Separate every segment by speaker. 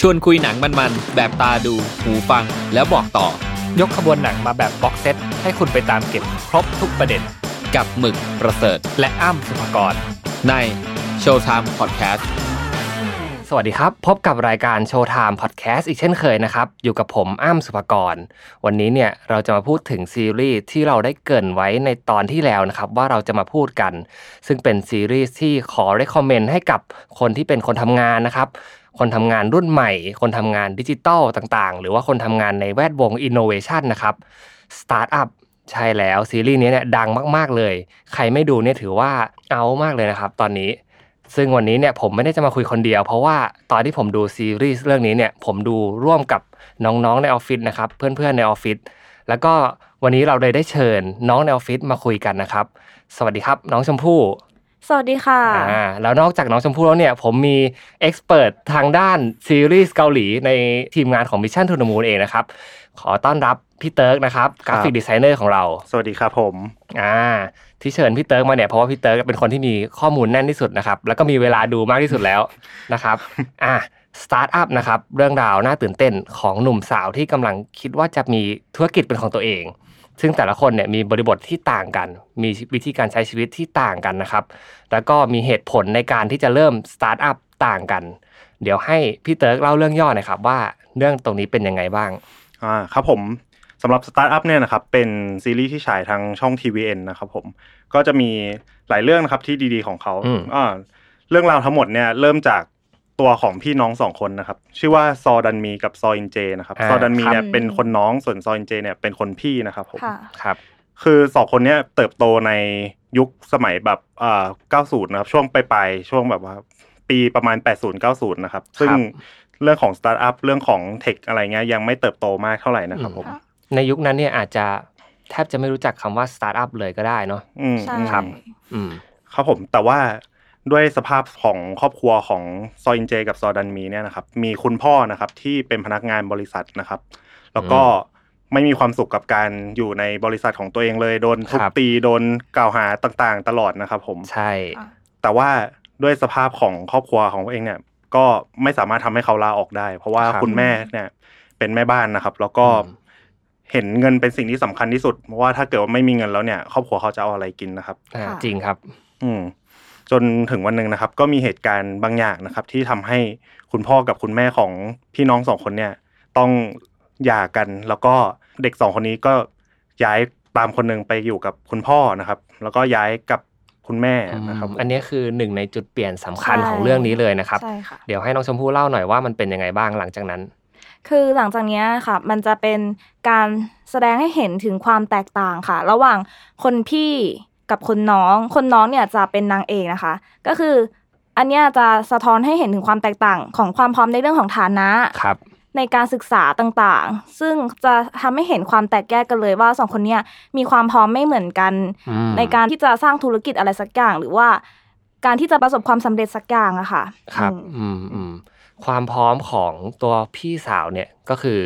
Speaker 1: ชวนคุยหนังมันๆ แบบตาดู หูฟัง แล้วบอกต่อ
Speaker 2: ยกขบวนหนังมาแบบบ็อกเซตให้คุณไปตามเก็บครบทุกประเด็น
Speaker 1: กับหมึกประเสริฐ
Speaker 2: และอ้ำสุภกร
Speaker 1: ในโชว์ไทม์พอดแคสต์
Speaker 2: สวัสดีครับ พบกับรายการโชว์ไทม์พอดแคสต์อีกเช่นเคยนะครับ อยู่กับผมอ้ำสุภกร วันนี้เนี่ยเราจะมาพูดถึงซีรีส์ที่เราได้เกรินไว้ในตอนที่แล้วนะครับ ว่าเราจะมาพูดกัน ซึ่งเป็นซีรีส์ที่ขอ recommend ให้กับคนที่เป็นคนทำงานนะครับ คนทำงานรุ่นใหม่ คนทำงานดิจิตัลต่างๆ หรือว่าคนทำงานในแวดวงอินโนเวชันนะครับสตาร์ทอัพใช่แล้วซีรีส์นี้เนี่ยดังมากๆเลย ใครไม่ดูเนี่ยถือว่าเอามากเลยนะครับตอนนี้ ซึ่งวันนี้เนี่ยผมไม่ได้จะมาคุยคนเดียว เพราะว่าตอนที่ผมดูซีรีส์เรื่องนี้เนี่ยผมดูร่วมกับน้องๆในออฟฟิศนะครับเพื่อนๆในออฟฟิศแล้วก็วันนี้เราเลยได้เชิญน้องในออฟฟิศมาคุยกันนะครับ สวัสดีครับน้องชมพู่
Speaker 3: สวัสดีค่ะ
Speaker 2: อ่าแล้วนอกจากน้องชมพู่แล้วเนี่ยผมมีเอ็กซ์เพรสทางด้านซีรีส์เกาหลีในทีมงานของ Mission to the Moon เองนะครับขอต้อนรับพี่เติร์กนะครับกราฟิกดีไซเนอร์ของเรา
Speaker 4: สวัสดีครับผม
Speaker 2: อ่าที่เชิญพี่เติร์กมาเนี่ยเพราะว่าพี่เติร์กเป็นคนที่มีข้อมูลแน่นที่สุดนะครับ แล้วก็มีเวลาดูมากที่สุดแล้ว นะครับอ่ะสตาร์ทอัพนะครับ เรื่องราวน่าตื่นเต้นของหนุ่มสาวที่กำลังคิดว่าจะมีธุรกิจเป็นของตัวเอง ซึ่งแต่ละคนเนี่ยมีบริบทที่ต่างกัน มีวิธีการใช้ชีวิตที่ต่างกันนะครับ แล้วก็มีเหตุผลในการที่จะเริ่มสตาร์ทอัพต่างกัน เดี๋ยวให้พี่เติร์กเล่าเรื่องย่อหน่อยครับว่าเรื่องตรงนี้เป็นยังไงบ้าง
Speaker 4: อ่า ครับผมสำหรับสตาร์ทอัพเนี่ยนะครับ เป็นซีรีส์ที่ฉายทางช่อง TVN นะครับผม ก็จะมีหลายเรื่องนะครับที่ดีๆของเขา
Speaker 2: อืม
Speaker 4: อ่าเรื่องราวทั้งหมดเนี่ยเริ่มจากตัวของพี่น้องสองคนนะครับ ชื่อว่าซอดันมีกับซออินเจนะครับ
Speaker 2: อ่า
Speaker 4: ซอดันมีเนี่ย
Speaker 3: ครับ
Speaker 4: เป็นคนน้อง ส่วนซออินเจเนี่ยเป็นคนพี่นะครับผม
Speaker 3: ค่ะ
Speaker 2: ครับ
Speaker 4: คือสองคนเนี้ยเติบโตในยุคสมัยแบบอ่า90 นะครับ ช่วงปลายๆช่วงแบบว่าปีประมาณ 80 90 นะครับ ซึ่งเรื่องของสตาร์ทอัพเรื่องของเทคอะไรเงี้ยยังไม่เติบโตมากเท่าไหร่นะครับ
Speaker 2: อืม
Speaker 4: ผม
Speaker 3: ค่ะ
Speaker 2: ในยุคนั้นเนี่ยอาจจะแทบจะไม่รู้จักคำว่าสตาร์ทอัพเลยก็ได้เนาะ
Speaker 4: อืม
Speaker 3: ใช่
Speaker 2: ครับ อืม
Speaker 4: ครับผมแต่ว่าด้วยสภาพของครอบครัวของซออินเจ กับซอดันมีเนี่ยนะครับ มีคุณพ่อนะครับที่เป็นพนักงานบริษัทนะครับ แล้วก็ไม่มีความสุขกับการอยู่ในบริษัทของตัวเองเลยโดนทุบ
Speaker 2: ครับ
Speaker 4: ตีโดนกล่าวหาต่างๆ ตลอดนะครับผม
Speaker 2: ใช่
Speaker 3: อ่ะ
Speaker 4: แต่ว่าด้วยสภาพของครอบครัวของตัวเองเนี่ย ก็ไม่สามารถทำให้เขาลาออกได้ เพราะว่า
Speaker 2: ครับ
Speaker 4: คุณแม่เนี่ย เป็นแม่บ้านนะครับ แล้วก็
Speaker 2: อืม
Speaker 4: เห็นเงินเป็นสิ่งที่สำคัญที่สุดเพราะว่าถ้าเกิดว่าไม่มีเงินแล้วเนี่ย ครอบครัวเขาจะเอาอะไรกินนะครับ
Speaker 2: อ่าจริงครับ
Speaker 4: อืม จนถึงวันหนึ่งนะครับ ก็มีเหตุการณ์บางอย่างนะครับ ที่ทำให้คุณพ่อกับคุณแม่ของพี่น้องสองคนเนี่ย ต้องหย่ากัน แล้วก็เด็กสองคนนี้ก็ย้ายตามคนหนึ่งไปอยู่กับคุณพ่อนะครับ แล้วก็ย้ายกับคุณแม่นะครับ
Speaker 2: อันนี้คือหนึ่งในจุดเปลี่ยนสำคัญของเรื่องนี้เลยนะครับ
Speaker 3: ใช่ค่ะ
Speaker 2: เดี๋ยวให้น้องชมพู่เล่าหน่อยว่ามันเป็นยังไงบ้างหลังจากนั้น
Speaker 3: คือหลังจากเนี้ยค่ะ มันจะเป็นการแสดงให้เห็นถึงความแตกต่างค่ะ ระหว่างคนพี่กับคนน้อง คนน้องเนี่ยจะเป็นนางเอกนะคะ ก็คือ อันเนี้ยจะสะท้อนให้เห็นถึงความแตกต่างของความพร้อมในเรื่องของฐานะ
Speaker 2: ครับ
Speaker 3: ในการศึกษาต่างๆ ซึ่งจะทำให้เห็นความแตกแยกกันเลยว่าสองคนเนี่ยมีความพร้อมไม่เหมือนกัน
Speaker 2: อืม
Speaker 3: ในการที่จะสร้างธุรกิจอะไรสักอย่าง หรือว่าการที่จะประสบความสำเร็จสักอย่างอะค่ะ
Speaker 2: ครับ
Speaker 3: อืม
Speaker 2: อืมอืมความพร้อมของตัวพี่สาวเนี่ยก็คือ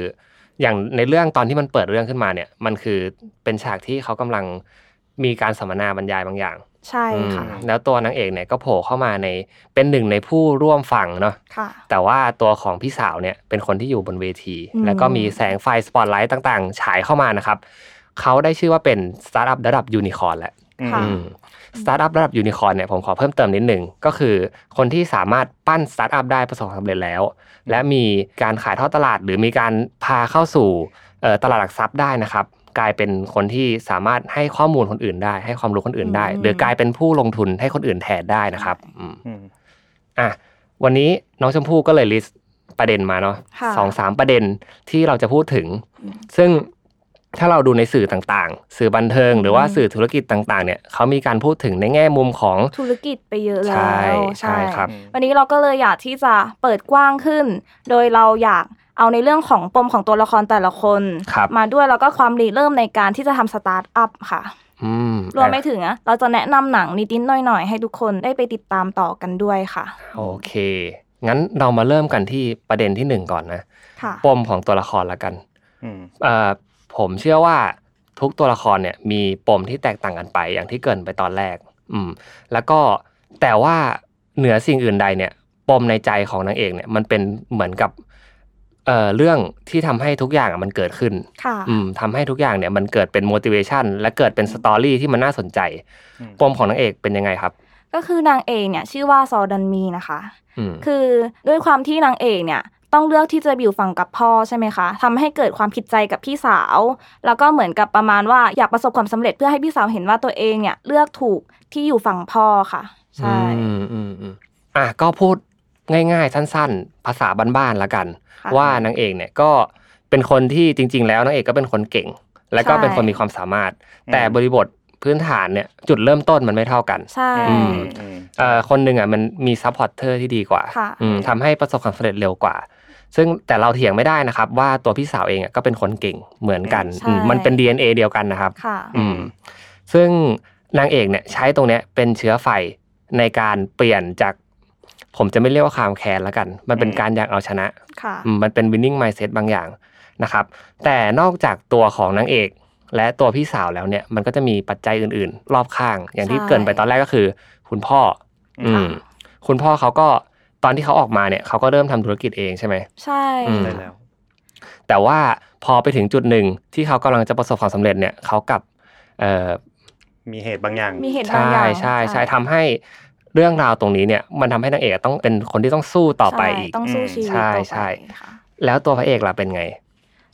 Speaker 2: อย่างในเรื่องตอนที่มันเปิดเรื่องขึ้นมาเนี่ย มันคือเป็นฉากที่เขากำลังมีการสัมมนาบรรยายบางอย่าง
Speaker 3: ใช่ค่ะ
Speaker 2: อืมแล้วตัวนางเอกเนี่ยก็โผล่เข้ามาในเป็นหนึ่งในผู้ร่วมฟังเนาะ
Speaker 3: ค่ะ
Speaker 2: แต่ว่าตัวของพี่สาวเนี่ยเป็นคนที่อยู่บนเวที
Speaker 3: อืม
Speaker 2: แล้วก็มีแสงไฟสปอตไลท์ต่างๆ ฉายเข้ามานะครับ เขาได้ชื่อว่าเป็นสตาร์ทอัพระดับยูนิคอร์นแหละ
Speaker 4: อืม
Speaker 3: ค่ะ
Speaker 2: สตาร์ทอัพระดับยูนิคอร์นเนี่ยผมขอเพิ่มเติมนิดหนึ่งก็คือคนที่สามารถปั้นสตาร์ทอัพได้ประสบความสำเร็จแล้ว และมีการขายทอดตลาด หรือมีการพาเข้าสู่เอ่อตลาดหลักทรัพย์ได้นะครับ กลายเป็นคนที่สามารถให้ข้อมูลคนอื่นได้ ให้ความรู้คนอื่นได้
Speaker 3: อืม
Speaker 2: หรือกลายเป็นผู้ลงทุนให้คนอื่นแทนได้นะครับอืม
Speaker 4: อืม
Speaker 2: อ่ะวันนี้น้องชมพู่ก็เลยลิสต์ประเด็นมาเนาะ
Speaker 3: ค่ะ
Speaker 2: สองสามประเด็นที่เราจะพูดถึง
Speaker 3: อืม
Speaker 2: ซึ่งถ้าเราดูในสื่อต่างๆ สื่อบันเทิงหรือว่า
Speaker 3: อืม
Speaker 2: สื่อธุรกิจต่างๆเนี่ยเขามีการพูดถึงในแง่มุมของ
Speaker 3: ธุรกิจไปเยอะแล้
Speaker 2: ใช่
Speaker 3: ว
Speaker 2: ใช่ครับ
Speaker 3: วันนี้เราก็เลยอยากที่จะเปิดกว้างขึ้น โดยเราอยากเอาในเรื่องของปมของตัวละครแต่ละคน
Speaker 2: ครับ
Speaker 3: มาด้วยแล้วก็ความริเริ่มในการที่จะทำสตาร์ทอัพค่ะ
Speaker 2: อืม
Speaker 3: รวมไป
Speaker 2: อ่ะ
Speaker 3: ถึงอะเราจะแนะนำหนังนิดๆหน่อยๆ ให้ทุกคนได้ไปติดตามต่อกันด้วยค่ะ
Speaker 2: โอเค งั้นเรามาเริ่มกันที่ประเด็นที่หนึ่งก่อนนะ
Speaker 3: ค่ะ
Speaker 2: ปมของตัวละครละกัน
Speaker 4: อืม
Speaker 2: เอ่อผมเชื่อว่าทุกตัวละครเนี่ยมีปมที่แตกต่างกันไปอย่างที่เกรินไปตอนแรก อืม แล้วก็แต่ว่าเหนือสิ่งอื่นใดเนี่ย ปมในใจของนางเอกเนี่ยมันเป็นเหมือนกับเอ่อเรื่องที่ทำให้ทุกอย่างอะมันเกิดขึ้น
Speaker 3: ค่ะ
Speaker 2: อืมทำให้ทุกอย่างเนี่ยมันเกิดเป็น motivation และเกิดเป็น story ที่มันน่าสนใจ
Speaker 4: อืม
Speaker 2: ปมของนางเอกเป็นยังไงครับ
Speaker 3: ก็คือนางเอกเนี่ยชื่อว่าซอดันมีนะคะ
Speaker 2: อืม
Speaker 3: คือด้วยความที่นางเอกเนี่ยต้องเลือกที่จะอยู่ฝั่งกับพ่อใช่ไหมคะทำให้เกิดความผิดใจกับพี่สาว แล้วก็เหมือนกับประมาณว่าอยากประสบความสำเร็จเพื่อให้พี่สาวเห็นว่าตัวเองเนี่ยเลือกถูกที่อยู่ฝั่งพ่อค่ะ ใช่
Speaker 2: อืมอืมอืมอ่ะก็พูดง่ายๆ สั้นๆ ภาษาบ้านๆละกัน
Speaker 3: ค่ะ
Speaker 2: ว่านางเอกเนี่ยก็เป็นคนที่จริง ๆ แล้วนางเอกก็เป็นคนเก่ง และก็
Speaker 3: ใช่
Speaker 2: เป็นคนมีความสามารถ
Speaker 4: อืม
Speaker 2: แต่บริบทพื้นฐานเนี่ยจุดเริ่มต้นมันไม่เท่ากัน
Speaker 3: ใช่
Speaker 2: อืม
Speaker 4: อืม
Speaker 2: เอ่อคนหนึ่งอ่ะมันมีซัพพอร์ตเตอร์ที่ดีกว่า
Speaker 3: ค่ะ
Speaker 2: อืมทำให้ประสบความสำเร็จเร็วกว่า ซึ่งแต่เราเถียงไม่ได้นะครับ ว่าตัวพี่สาวเองอ่ะก็เป็นคนเก่งเหมือนกัน
Speaker 3: ใช่
Speaker 2: อืมมันเป็น DNA เดียวกันนะครับ
Speaker 3: ค่ะ
Speaker 2: อืมซึ่งนางเอกเนี่ยใช้ตรงเนี้ยเป็นเชื้อไฟในการเปลี่ยนจาก ผมจะไม่เรียกว่าความแค้นแล้วกัน มันเป็น
Speaker 4: อืม
Speaker 2: การอยากเอาชนะ
Speaker 3: ค่ะ
Speaker 2: อืมมันเป็น winning mindset บางอย่างนะครับ แต่นอกจากตัวของนางเอก และตัวพี่สาวแล้วเนี่ย มันก็จะมีปัจจัยอื่นๆ รอบข้าง อย่างที่
Speaker 3: ใช่
Speaker 2: เกรินไปตอนแรกก็คือ คุณพ่อ อืมคุณพ่อเขาก็ตอนที่เขาออกมาเนี่ยเขาก็เริ่มทำธุรกิจเองใช่ไหม
Speaker 3: ใช่
Speaker 2: อืม
Speaker 4: ได้แล้ว
Speaker 2: แต่ว่าพอไปถึงจุดหนึ่งที่เขากำลังจะประสบความสำเร็จเนี่ยเขากลับเอ่อ
Speaker 4: มีเหตุบางอย่าง
Speaker 3: มีเหตุบาง
Speaker 2: ใช่
Speaker 3: อย่าง
Speaker 2: ใช่ใช่ทำให้เรื่องราวตรงนี้เนี่ยมันทำให้นางเอกต้องเป็นคนที่ต้องสู้ต่อไป
Speaker 3: ใช่
Speaker 2: อีก
Speaker 3: ต้องสู้ชีวิต
Speaker 2: ใช่
Speaker 3: ต่อ
Speaker 2: ใช่
Speaker 3: ไปค่ะ
Speaker 2: แล้วตัวพระเอกล่ะเป็นไง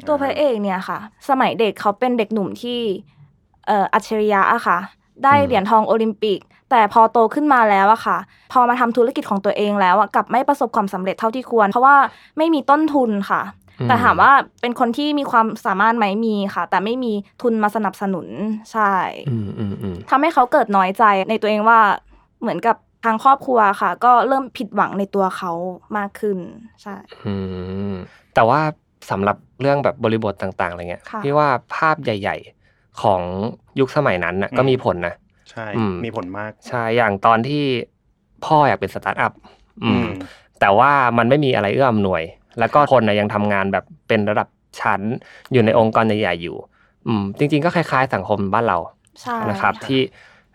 Speaker 3: ตัวพระเอกเนี่ยค่ะ สมัยเด็กเขาเป็นเด็กหนุ่มที่เอ่ออัจฉริยะอะค่ะ ได้
Speaker 2: อืม
Speaker 3: เหรียญทองโอลิมปิก แต่พอโตขึ้นมาแล้วอะค่ะ พอมาทำธุรกิจของตัวเองแล้วอะกลับไม่ประสบความสำเร็จเท่าที่ควร เพราะว่าไม่มีต้นทุนค่ะ
Speaker 2: อื
Speaker 3: แต่ถามว่าเป็นคนที่มีความสามารถไหมมีค่ะ แต่ไม่มีทุนมาสนับสนุนใช่
Speaker 2: อืมอืมอืม
Speaker 3: ทำให้เขาเกิดน้อยใจในตัวเองว่าเหมือนกับทางครอบครัวค่ะ ก็เริ่มผิดหวังในตัวเขามากขึ้นใช่
Speaker 2: อืมแต่ว่าสำหรับเรื่องแบบบริบทต่างๆอะไรเงี้ย
Speaker 3: ค่ะ
Speaker 2: พี่ว่าภาพใหญ่ ๆของยุคสมัยนั้นน่ะ
Speaker 4: อืม
Speaker 2: ก็มีผลนะ
Speaker 4: ใช่
Speaker 2: อืม
Speaker 4: มีผลมาก
Speaker 2: ใช่อย่างตอนที่พ่ออยากเป็นสตาร์ทอัพอื
Speaker 4: อื
Speaker 2: ม
Speaker 4: ม
Speaker 2: แต่ว่ามันไม่มีอะไรเอื้ออำนวย แล้วก็คนนะยังทำงานแบบเป็นระดับชั้นอยู่ในองค์กรใหญ่ๆอยู่ อืมจริง ๆ ก็คล้ายๆ สังคมบ้านเรา
Speaker 3: ใช่
Speaker 2: นะครับที่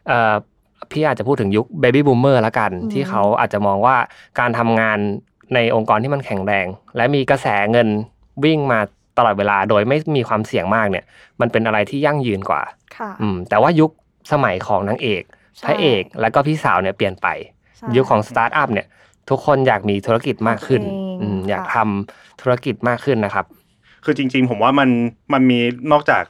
Speaker 2: เอ่อพี่อาจจะพูดถึงยุคเบบี้บูมเมอร์ละกัน
Speaker 3: อืม
Speaker 2: ที่เขาอาจจะมองว่าการทำงานในองค์กรที่มันแข็งแรง และมีกระแสเงินวิ่งมาตลอดเวลาโดยไม่มีความเสี่ยงมากเนี่ย มันเป็นอะไรที่ยั่งยืนกว่า
Speaker 3: ค่ะ
Speaker 2: อืมแต่ว่ายุคสมัยของนางเอก
Speaker 3: ใช่
Speaker 2: พระเอกแล้วก็พี่สาวเนี่ยเปลี่ยนไป
Speaker 3: ใช่
Speaker 2: ยุคของสตาร์ทอัพเนี่ยทุกคนอยากมีธุรกิจมากขึ้น
Speaker 3: ของตัวเอง
Speaker 2: อืมอยาก
Speaker 3: ค่ะ
Speaker 2: ทำธุรกิจมากขึ้นนะครับ
Speaker 4: คือจริงๆ ผมว่ามันมันมีนอกจาก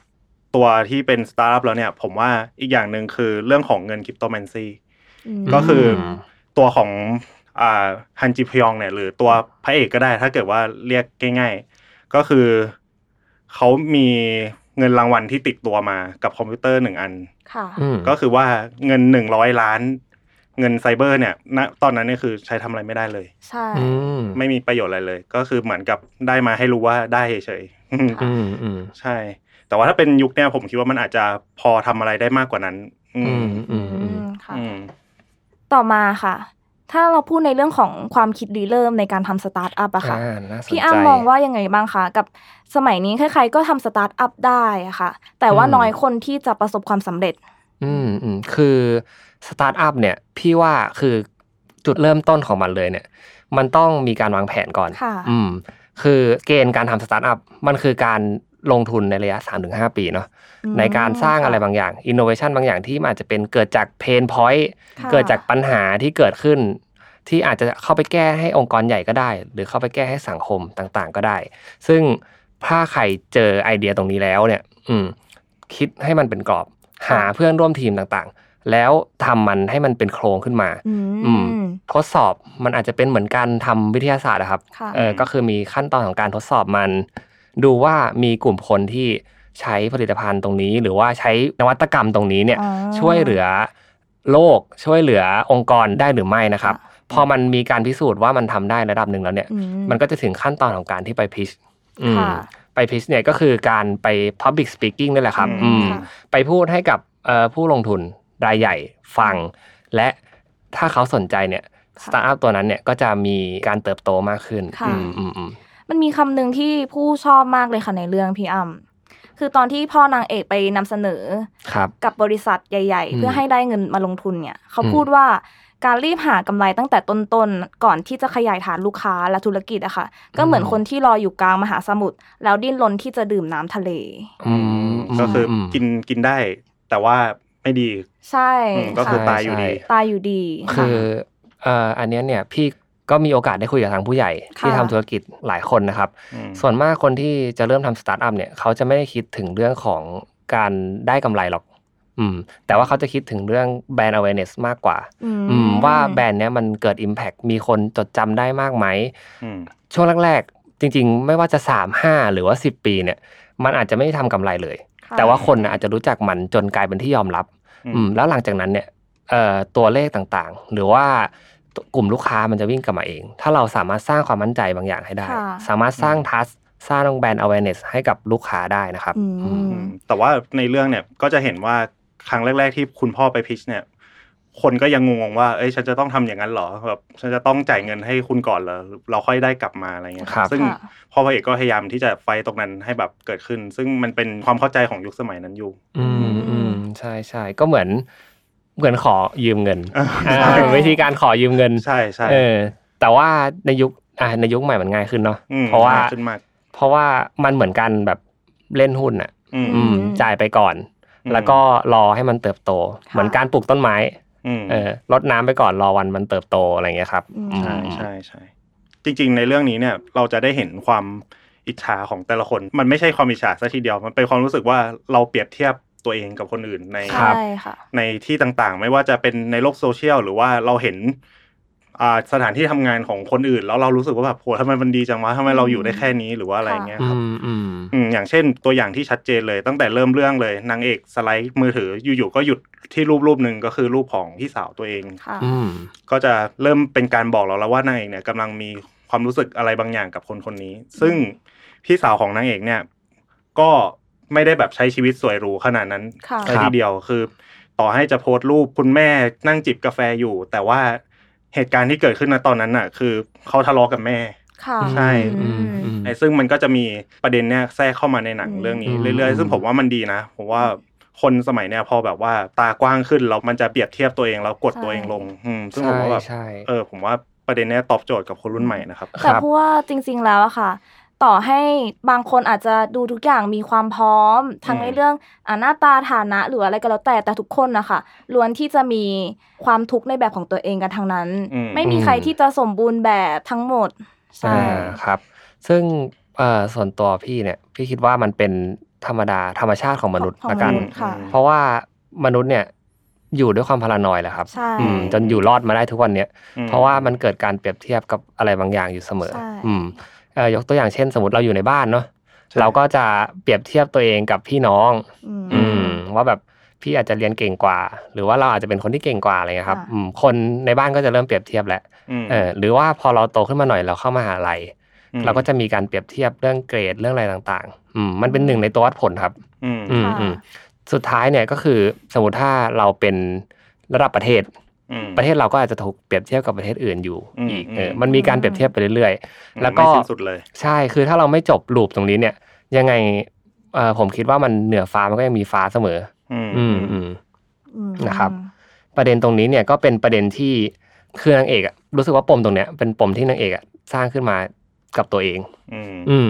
Speaker 4: ตัวที่เป็นสตาร์ทอัพแล้วเนี่ย ผมว่าอีกอย่างหนึ่งคือเรื่องของเงินคริปโตแมนซี
Speaker 3: อืม
Speaker 4: ก็คืออ
Speaker 2: ม
Speaker 4: ตัวของอ่าฮันจิพยองเนี่ย หรือตัวพระเอกก็ได้ถ้าเกิดว่าเรียกง่ายๆ ก็คือเขามีเงินรางวัลที่ติดตัวมากับคอมพิวเตอร์หนึ่งอัน
Speaker 3: ค่ะ
Speaker 2: อืม
Speaker 4: ก็คือว่าเงินหนึ่งร้อยล้าน เงินไซเบอร์เนี่ยณตอนนั้นเนี่ยคือใช้ทำอะไรไม่ได้เลย
Speaker 3: ใช่
Speaker 2: อืม
Speaker 4: ไม่มีประโยชน์อะไรเลย ก็คือเหมือนกับได้มาให้รู้ว่าได้เฉยๆ
Speaker 2: อืมอืม
Speaker 4: ใช่ แต่ว่าถ้าเป็นยุคเนี้ยผมคิดว่ามันอาจจะพอทำอะไรได้มากกว่านั้น อื
Speaker 2: อื
Speaker 4: ม
Speaker 2: มอืมอืม
Speaker 3: ค่ะ
Speaker 4: อืม
Speaker 3: ต่อมาค่ะ ถ้าเราพูดในเรื่องของความคิดริเริ่มในการทำสตาร์ทอัพอะค่ะ
Speaker 2: อ่าน่าสนใจ
Speaker 3: พี่อ้ามมองว่ายังไงบ้างคะ กับสมัยนี้ใครๆก็ทำสตาร์ทอัพได้อะค่ะ แต่ว่า
Speaker 2: อืม
Speaker 3: น้อยคนที่จะประสบความสำเร็จ
Speaker 2: อืมอืมคือสตาร์ทอัพเนี่ยพี่ว่าคือจุดเริ่มต้นของมันเลยเนี่ย มันต้องมีการวางแผนก่อน
Speaker 3: ค่ะ
Speaker 2: อืมคือเกณฑ์การทำสตาร์ทอัพมันคือการลงทุนในระยะ 3-5 ปีเนาะ
Speaker 3: อืม
Speaker 2: ในการสร้าง
Speaker 3: ค่
Speaker 2: อะไรบางอย่างอินโนเวชันบางอย่างที่มันอาจจะเป็นเกิดจากเพนพอย n ์
Speaker 3: ค่ะ
Speaker 2: เกิดจากปัญหาที่เกิดขึ้น ที่อาจจะเข้าไปแก้ให้องค์กรใหญ่ก็ได้ หรือเข้าไปแก้ให้สังคมต่างๆ ก็ได้ ซึ่งถ้าใครเจอไอเดียตรงนี้แล้วเนี่ย อืม คิดให้มันเป็นกรอบ หาเพื่อนร่วมทีมต่างๆ แล้วทำมันให้มันเป็นโครงขึ้นมา
Speaker 3: อื
Speaker 2: อืม
Speaker 3: ม
Speaker 2: ทดสอบมันอาจจะเป็นเหมือนการทำวิทยาศาสตร์อะครับ
Speaker 3: ค่ะ
Speaker 2: เออก็คือมีขั้นตอนของการทดสอบมัน ดูว่ามีกลุ่มคนที่ใช้ผลิตภัณฑ์ตรงนี้ หรือว่าใช้นวัตกรรมตรงนี้เนี่ย
Speaker 3: อ๋อ
Speaker 2: ช่วยเหลือโลก ช่วยเหลือองค์กรได้หรือไม่นะครับ
Speaker 3: ค่
Speaker 2: พอมันมีการพิสูจน์ว่ามันทำได้ระดับหนึ่งแล้วเนี่ย
Speaker 3: อื
Speaker 2: มันก็จะถึงขั้นตอนของการที่ไปพิชอืม
Speaker 3: ค่ะ
Speaker 2: ไปพิชเนี่ยก็คือการไป Public Speaking นี่แหละครับอื
Speaker 4: อืม
Speaker 2: ม
Speaker 3: ค่ะ
Speaker 2: ไปพูดให้กับเอ่อผู้ลงทุนรายใหญ่ฟัง และถ้าเขาสนใจเนี่ยส
Speaker 3: ค่ะ
Speaker 2: ตาร์ทอัพตัวนั้นเนี่ยก็จะมีการเติบโตมากขึ้น
Speaker 3: ค่ะ
Speaker 2: อืมอืมอืม
Speaker 3: มันมีคำหนึ่งที่ผู้ชอบมากเลยค่ะในเรื่องพี่อ้ํคือตอนที่พ่อนางเอกไปนำเสนอ
Speaker 2: ครับ
Speaker 3: กับบริษัทใหญ่
Speaker 2: อืม
Speaker 3: ๆเพื่อให้ได้เงินมาลงทุนเนี่ย เขา
Speaker 2: อืม
Speaker 3: พูดว่า การรีบหากำไรตั้งแต่ต้นๆก่อนที่จะขยายฐานลูกค้าและธุรกิจอะค่ะ ก็เหมือนคนที่ลอยอยู่กลางมหาสมุทรแล้วดิ้นรนที่จะดื่มน้ำทะเล
Speaker 2: อืมม
Speaker 4: ก็คืออ
Speaker 2: ม
Speaker 4: กินกินได้ แต่ว่าไม่ดี
Speaker 3: ใช่
Speaker 4: อืมก็คือ
Speaker 3: ค่ะ
Speaker 4: ตายอยู่ดี
Speaker 2: ใช่
Speaker 3: ตายอยู่ดีะ
Speaker 2: คือเอ่ออันเนี้ยเนี่ยพี่ก็มีโอกาสได้คุยกับทางผู้ใหญ่ที่
Speaker 3: ค่ะ
Speaker 2: ทำธุรกิจหลายคนนะครับ
Speaker 4: อืม
Speaker 2: ส่วนมากคนที่จะเริ่มทำสตาร์ทอัพเนี่ยเขาจะไม่ได้คิดถึงเรื่องของการได้กำไรหรอก อืม แต่ว่าเขาจะคิดถึงเรื่องแบรนด์ awareness มากกว่า
Speaker 3: อืม
Speaker 2: อืม ว่าแบรนด์เนี้ยมันเกิด Impact มีคนจดจำได้มากไหม
Speaker 4: อืม
Speaker 2: ช่วงแรกๆ จริง ๆ ไม่ว่าจะ 3 5 หรือว่า 10 ปีเนี่ย มันอาจจะไม่ได้ทำกำไรเลย
Speaker 3: ค่ะ
Speaker 2: แต่ว่าคนน่ะอาจจะรู้จักมันจนกลายเป็นที่ยอมรับ
Speaker 4: อืม
Speaker 2: อืม แล้วหลังจากนั้นเนี่ยเอ่อตัวเลขต่างๆ หรือว่าตัวกลุ่มลูกค้ามันจะวิ่งกลับมาเอง ถ้าเราสามารถสร้างความมั่นใจบางอย่างให้ได้
Speaker 3: ค่ะ
Speaker 2: สามารถสร้างทัสสร้างแบรนด์ awareness ให้กับลูกค้าได้นะครับ
Speaker 3: อืม
Speaker 4: อืมแต่ว่าในเรื่องเนี่ยก็จะเห็นว่าครั้งแรก ๆ ที่คุณพ่อไปพิชเนี่ย คนก็ยังงงๆว่าเอ้ยฉันจะต้องทำอย่างนั้นเหรอแบบฉันจะต้องจ่ายเงินให้คุณก่อนเหรอเราค่อยได้กลับมาอะไรเงี้ย
Speaker 2: ครับ
Speaker 4: ซึ่ง
Speaker 3: ค่ะ
Speaker 4: พ่อพระเอกก็พยายามที่จะไฟตรงนั้นให้แบบเกิดขึ้น ซึ่งมันเป็นความเข้าใจของยุคสมัยนั้นอยู่
Speaker 2: อืม
Speaker 3: อื
Speaker 2: อื
Speaker 3: ม
Speaker 2: มใช่ใช่ก็เหมือนเหมือนขอยืมเงิน
Speaker 4: อ่า
Speaker 2: อ่าเป็นวิธีการขอยืมเงิน
Speaker 4: ใช่ใช่
Speaker 2: เออ แต่ว่าในยุคอ่าในยุคใหม่มันง่ายขึ้นเนาะ
Speaker 4: ม
Speaker 2: เพราะว่า
Speaker 4: มกขึ้นมาก
Speaker 2: เพราะว่ามันเหมือนกันแบบเล่นหุ้นอ่ะ
Speaker 4: อืม
Speaker 2: อืม
Speaker 3: อืม
Speaker 2: จ่ายไปก่อน
Speaker 4: อืม
Speaker 2: แล้วก็รอให้มันเติบโต
Speaker 3: ค่ะ
Speaker 2: เหมือนการปลูกต้นไม้
Speaker 4: อืม
Speaker 2: เออรดน้ำไปก่อนรอวันมันเติบโตอะไรอย่างเงี้ยครับ
Speaker 3: อืม
Speaker 2: อืม
Speaker 4: ใช่ใช่ใช่จริง ๆ ในเรื่องนี้เนี่ยเราจะได้เห็นความอิจฉาของแต่ละคน มันไม่ใช่ความอิจฉาซะทีเดียวมันเป็นความรู้สึกว่าเราเปรียบเทียบตัวเองกับคนอื่นใน
Speaker 3: ใช่ค่ะ
Speaker 4: ในที่ต่างๆ ไม่ว่าจะเป็นในโลกโซเชียลหรือว่าเราเห็นอ่าสถานที่ทำงานของคนอื่น แล้วเรารู้สึกว่าแบบโหทำไมมันดีจังวะทำไมเราอยู่ได้แค่นี้หรือว่าอะไรเงี้ย
Speaker 2: อื
Speaker 4: ครับ
Speaker 2: มอืม
Speaker 4: อืมอย่างเช่นตัวอย่างที่ชัดเจนเลยตั้งแต่เริ่มเรื่องเลยนางเอกสไลด์มือถืออยู่ๆก็หยุดที่รูปรูปหนึ่งก็คือรูปของพี่สาวตัวเอง
Speaker 3: ค่ะ
Speaker 2: อืม
Speaker 4: ก็จะเริ่มเป็นการบอกเราแล้วว่านางเอกเนี่ยกำลังมีความรู้สึกอะไรบางอย่างกับคนคนนี้ ซึ่งพี่สาวของนางเอกเนี่ย ก็ไม่ได้แบบใช้ชีวิตสวยหรูขนาดนั้น
Speaker 3: ค่ะ
Speaker 4: ใช่ทีเดียวคือ ต่อให้จะโพสต์รูปคุณแม่นั่งจิบกาแฟอยู่ แต่ว่าเหตุการณ์ที่เกิดขึ้นนะตอนนั้นน่ะ คือเขาทะเลาะกับแม่
Speaker 3: ค่ะ
Speaker 4: ใช่
Speaker 2: อืมอืม
Speaker 4: ไอ้ซึ่งมันก็จะมีประเด็นเนี่ยแทรกเข้ามาในหนัง
Speaker 3: อืม
Speaker 4: เรื่องนี้
Speaker 2: อืม
Speaker 4: เรื่อยๆ ซึ่งผมว่ามันดีนะผมว่าคนสมัยเนี่ยพอแบบว่าตากว้างขึ้นแล้วมันจะเปรียบเทียบตัวเองแล้วกดตัวเองลงอืมซึ่งผม
Speaker 2: ใช่
Speaker 4: ว่าแบบ
Speaker 2: ใช่
Speaker 4: เออผมว่าประเด็นเนี้ยตอบโจทย์กับคนรุ่นใหม่นะครับ
Speaker 2: ครั
Speaker 3: แต่
Speaker 2: บ
Speaker 3: เพราะว่าจริงๆแล้วอะค่ะ ต่อให้บางคนอาจจะดูทุกอย่างมีความพร้อม ทั้ง
Speaker 4: อืม
Speaker 3: ในเรื่องอ่าหน้าตาฐานะหรืออะไรก็แล้วแต่แต่ทุกคนนะคะล้วนที่จะมีความทุกข์ในแบบของตัวเองกันทั้งนั้น
Speaker 4: อืม
Speaker 3: ไม่มีใครที่จะสมบูรณ์แบบทั้งหมดใช่
Speaker 2: อ่าครับ ซึ่งเอ่อส่วนตัวพี่เนี่ย พี่คิดว่ามันเป็นธรรมดาธรรมชาติของมนุษย์
Speaker 3: ของ
Speaker 2: ละกัน
Speaker 3: มนุษย์ ค่ะ
Speaker 2: เพราะว่ามนุษย์เนี่ยอยู่ด้วยความพารานอยด์แหละครับ
Speaker 3: ใช่
Speaker 2: อืมจนอยู่รอดมาได้ทุกวันเนี้ย
Speaker 4: อืม
Speaker 2: เพราะว่ามันเกิดการเปรียบเทียบกับอะไรบางอย่างอยู่เสมอ
Speaker 3: ใช่
Speaker 2: อืมเอ่อยกตัวอย่างเช่น สมมติเราอยู่ในบ้านเนาะ
Speaker 4: ใช่
Speaker 2: เราก็จะเปรียบเทียบตัวเองกับพี่น้อง
Speaker 3: อืม
Speaker 2: อืมว่าแบบพี่อาจจะเรียนเก่งกว่า หรือว่าเราอาจจะเป็นคนที่เก่งกว่าอะไรเงี้ยครับ
Speaker 3: อ่า
Speaker 2: อืมคนในบ้านก็จะเริ่มเปรียบเทียบแหละ
Speaker 4: ม
Speaker 2: เออหรือว่าพอเราโตขึ้นมาหน่อยเราเข้ามหาลัย
Speaker 4: ม
Speaker 2: เราก็จะมีการเปรียบเทียบเรื่องเกรดเรื่องอะไรต่างๆ อืมมันเป็นหนึ่งในตัววัดผลครับ
Speaker 4: อืม
Speaker 2: อืม
Speaker 3: ค่ะ
Speaker 2: อืมสุดท้ายเนี่ยก็คือสมมติถ้าเราเป็นระดับประเทศ
Speaker 4: อืม
Speaker 2: ประเทศเราก็อาจจะถูกเปรียบเทียบกับประเทศอื่นอยู่
Speaker 4: อืม
Speaker 2: อีก
Speaker 4: อืม
Speaker 2: เออมันมีการเปรียบเทียบไปเรื่อย
Speaker 4: อืม
Speaker 2: แล้วก็
Speaker 4: ไม่สิ้นสุดเลย
Speaker 2: ๆ ใช่คือถ้าเราไม่จบลูปตรงนี้เนี่ย ยังไงเออผมคิดว่ามันเหนือฟ้ามันก็ยังมีฟ้าเสมอ
Speaker 4: อืม
Speaker 2: อืมอืม
Speaker 3: อืม
Speaker 2: นะครับ ประเด็นตรงนี้เนี่ยก็เป็นประเด็นที่คือนางเอกอะรู้สึกว่าปมตรงเนี้ยเป็นปมที่นางเอกอะสร้างขึ้นมากับตัวเอง
Speaker 4: อืม
Speaker 2: อืม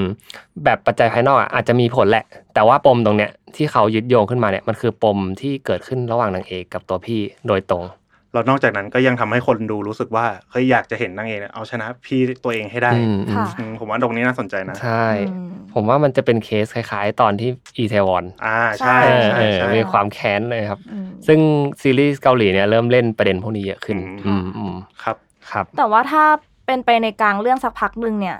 Speaker 2: แบบปัจจัยภายนอกอะอาจจะมีผลแหละ แต่ว่าปมตรงเนี้ยที่เขายึดโยงขึ้นมาเนี่ยมันคือปมที่เกิดขึ้นระหว่างนางเอกกับตัวพี่โดยตรง
Speaker 4: แล้วนอกจากนั้นก็ยังทำให้คนดูรู้สึกว่าเฮ้ยอยากจะเห็นนางเอกเนี่ยเอาชนะพี่ตัวเองให้ได้
Speaker 2: อืม
Speaker 3: ค่ะ
Speaker 4: อืมผมว่าตรงนี้น่าสนใจนะ
Speaker 2: ใช่
Speaker 3: อืม
Speaker 2: ผมว่ามันจะเป็นเคสคล้ายๆ ตอนที่อีเทวอน
Speaker 4: อ่าใช่
Speaker 2: เออ
Speaker 4: ใช่
Speaker 2: เออ
Speaker 4: ใช่
Speaker 2: มีความแค้นเลยครับ
Speaker 3: อืม
Speaker 2: ซึ่งซีรีส์เกาหลีเนี่ยเริ่มเล่นประเด็นพวกนี้เยอะขึ้นอื
Speaker 4: อืม
Speaker 2: มอืม
Speaker 4: ครับ
Speaker 2: ครับ
Speaker 3: แต่ว่าถ้าเป็นไปในกลางเรื่องสักพักหนึ่งเนี่ย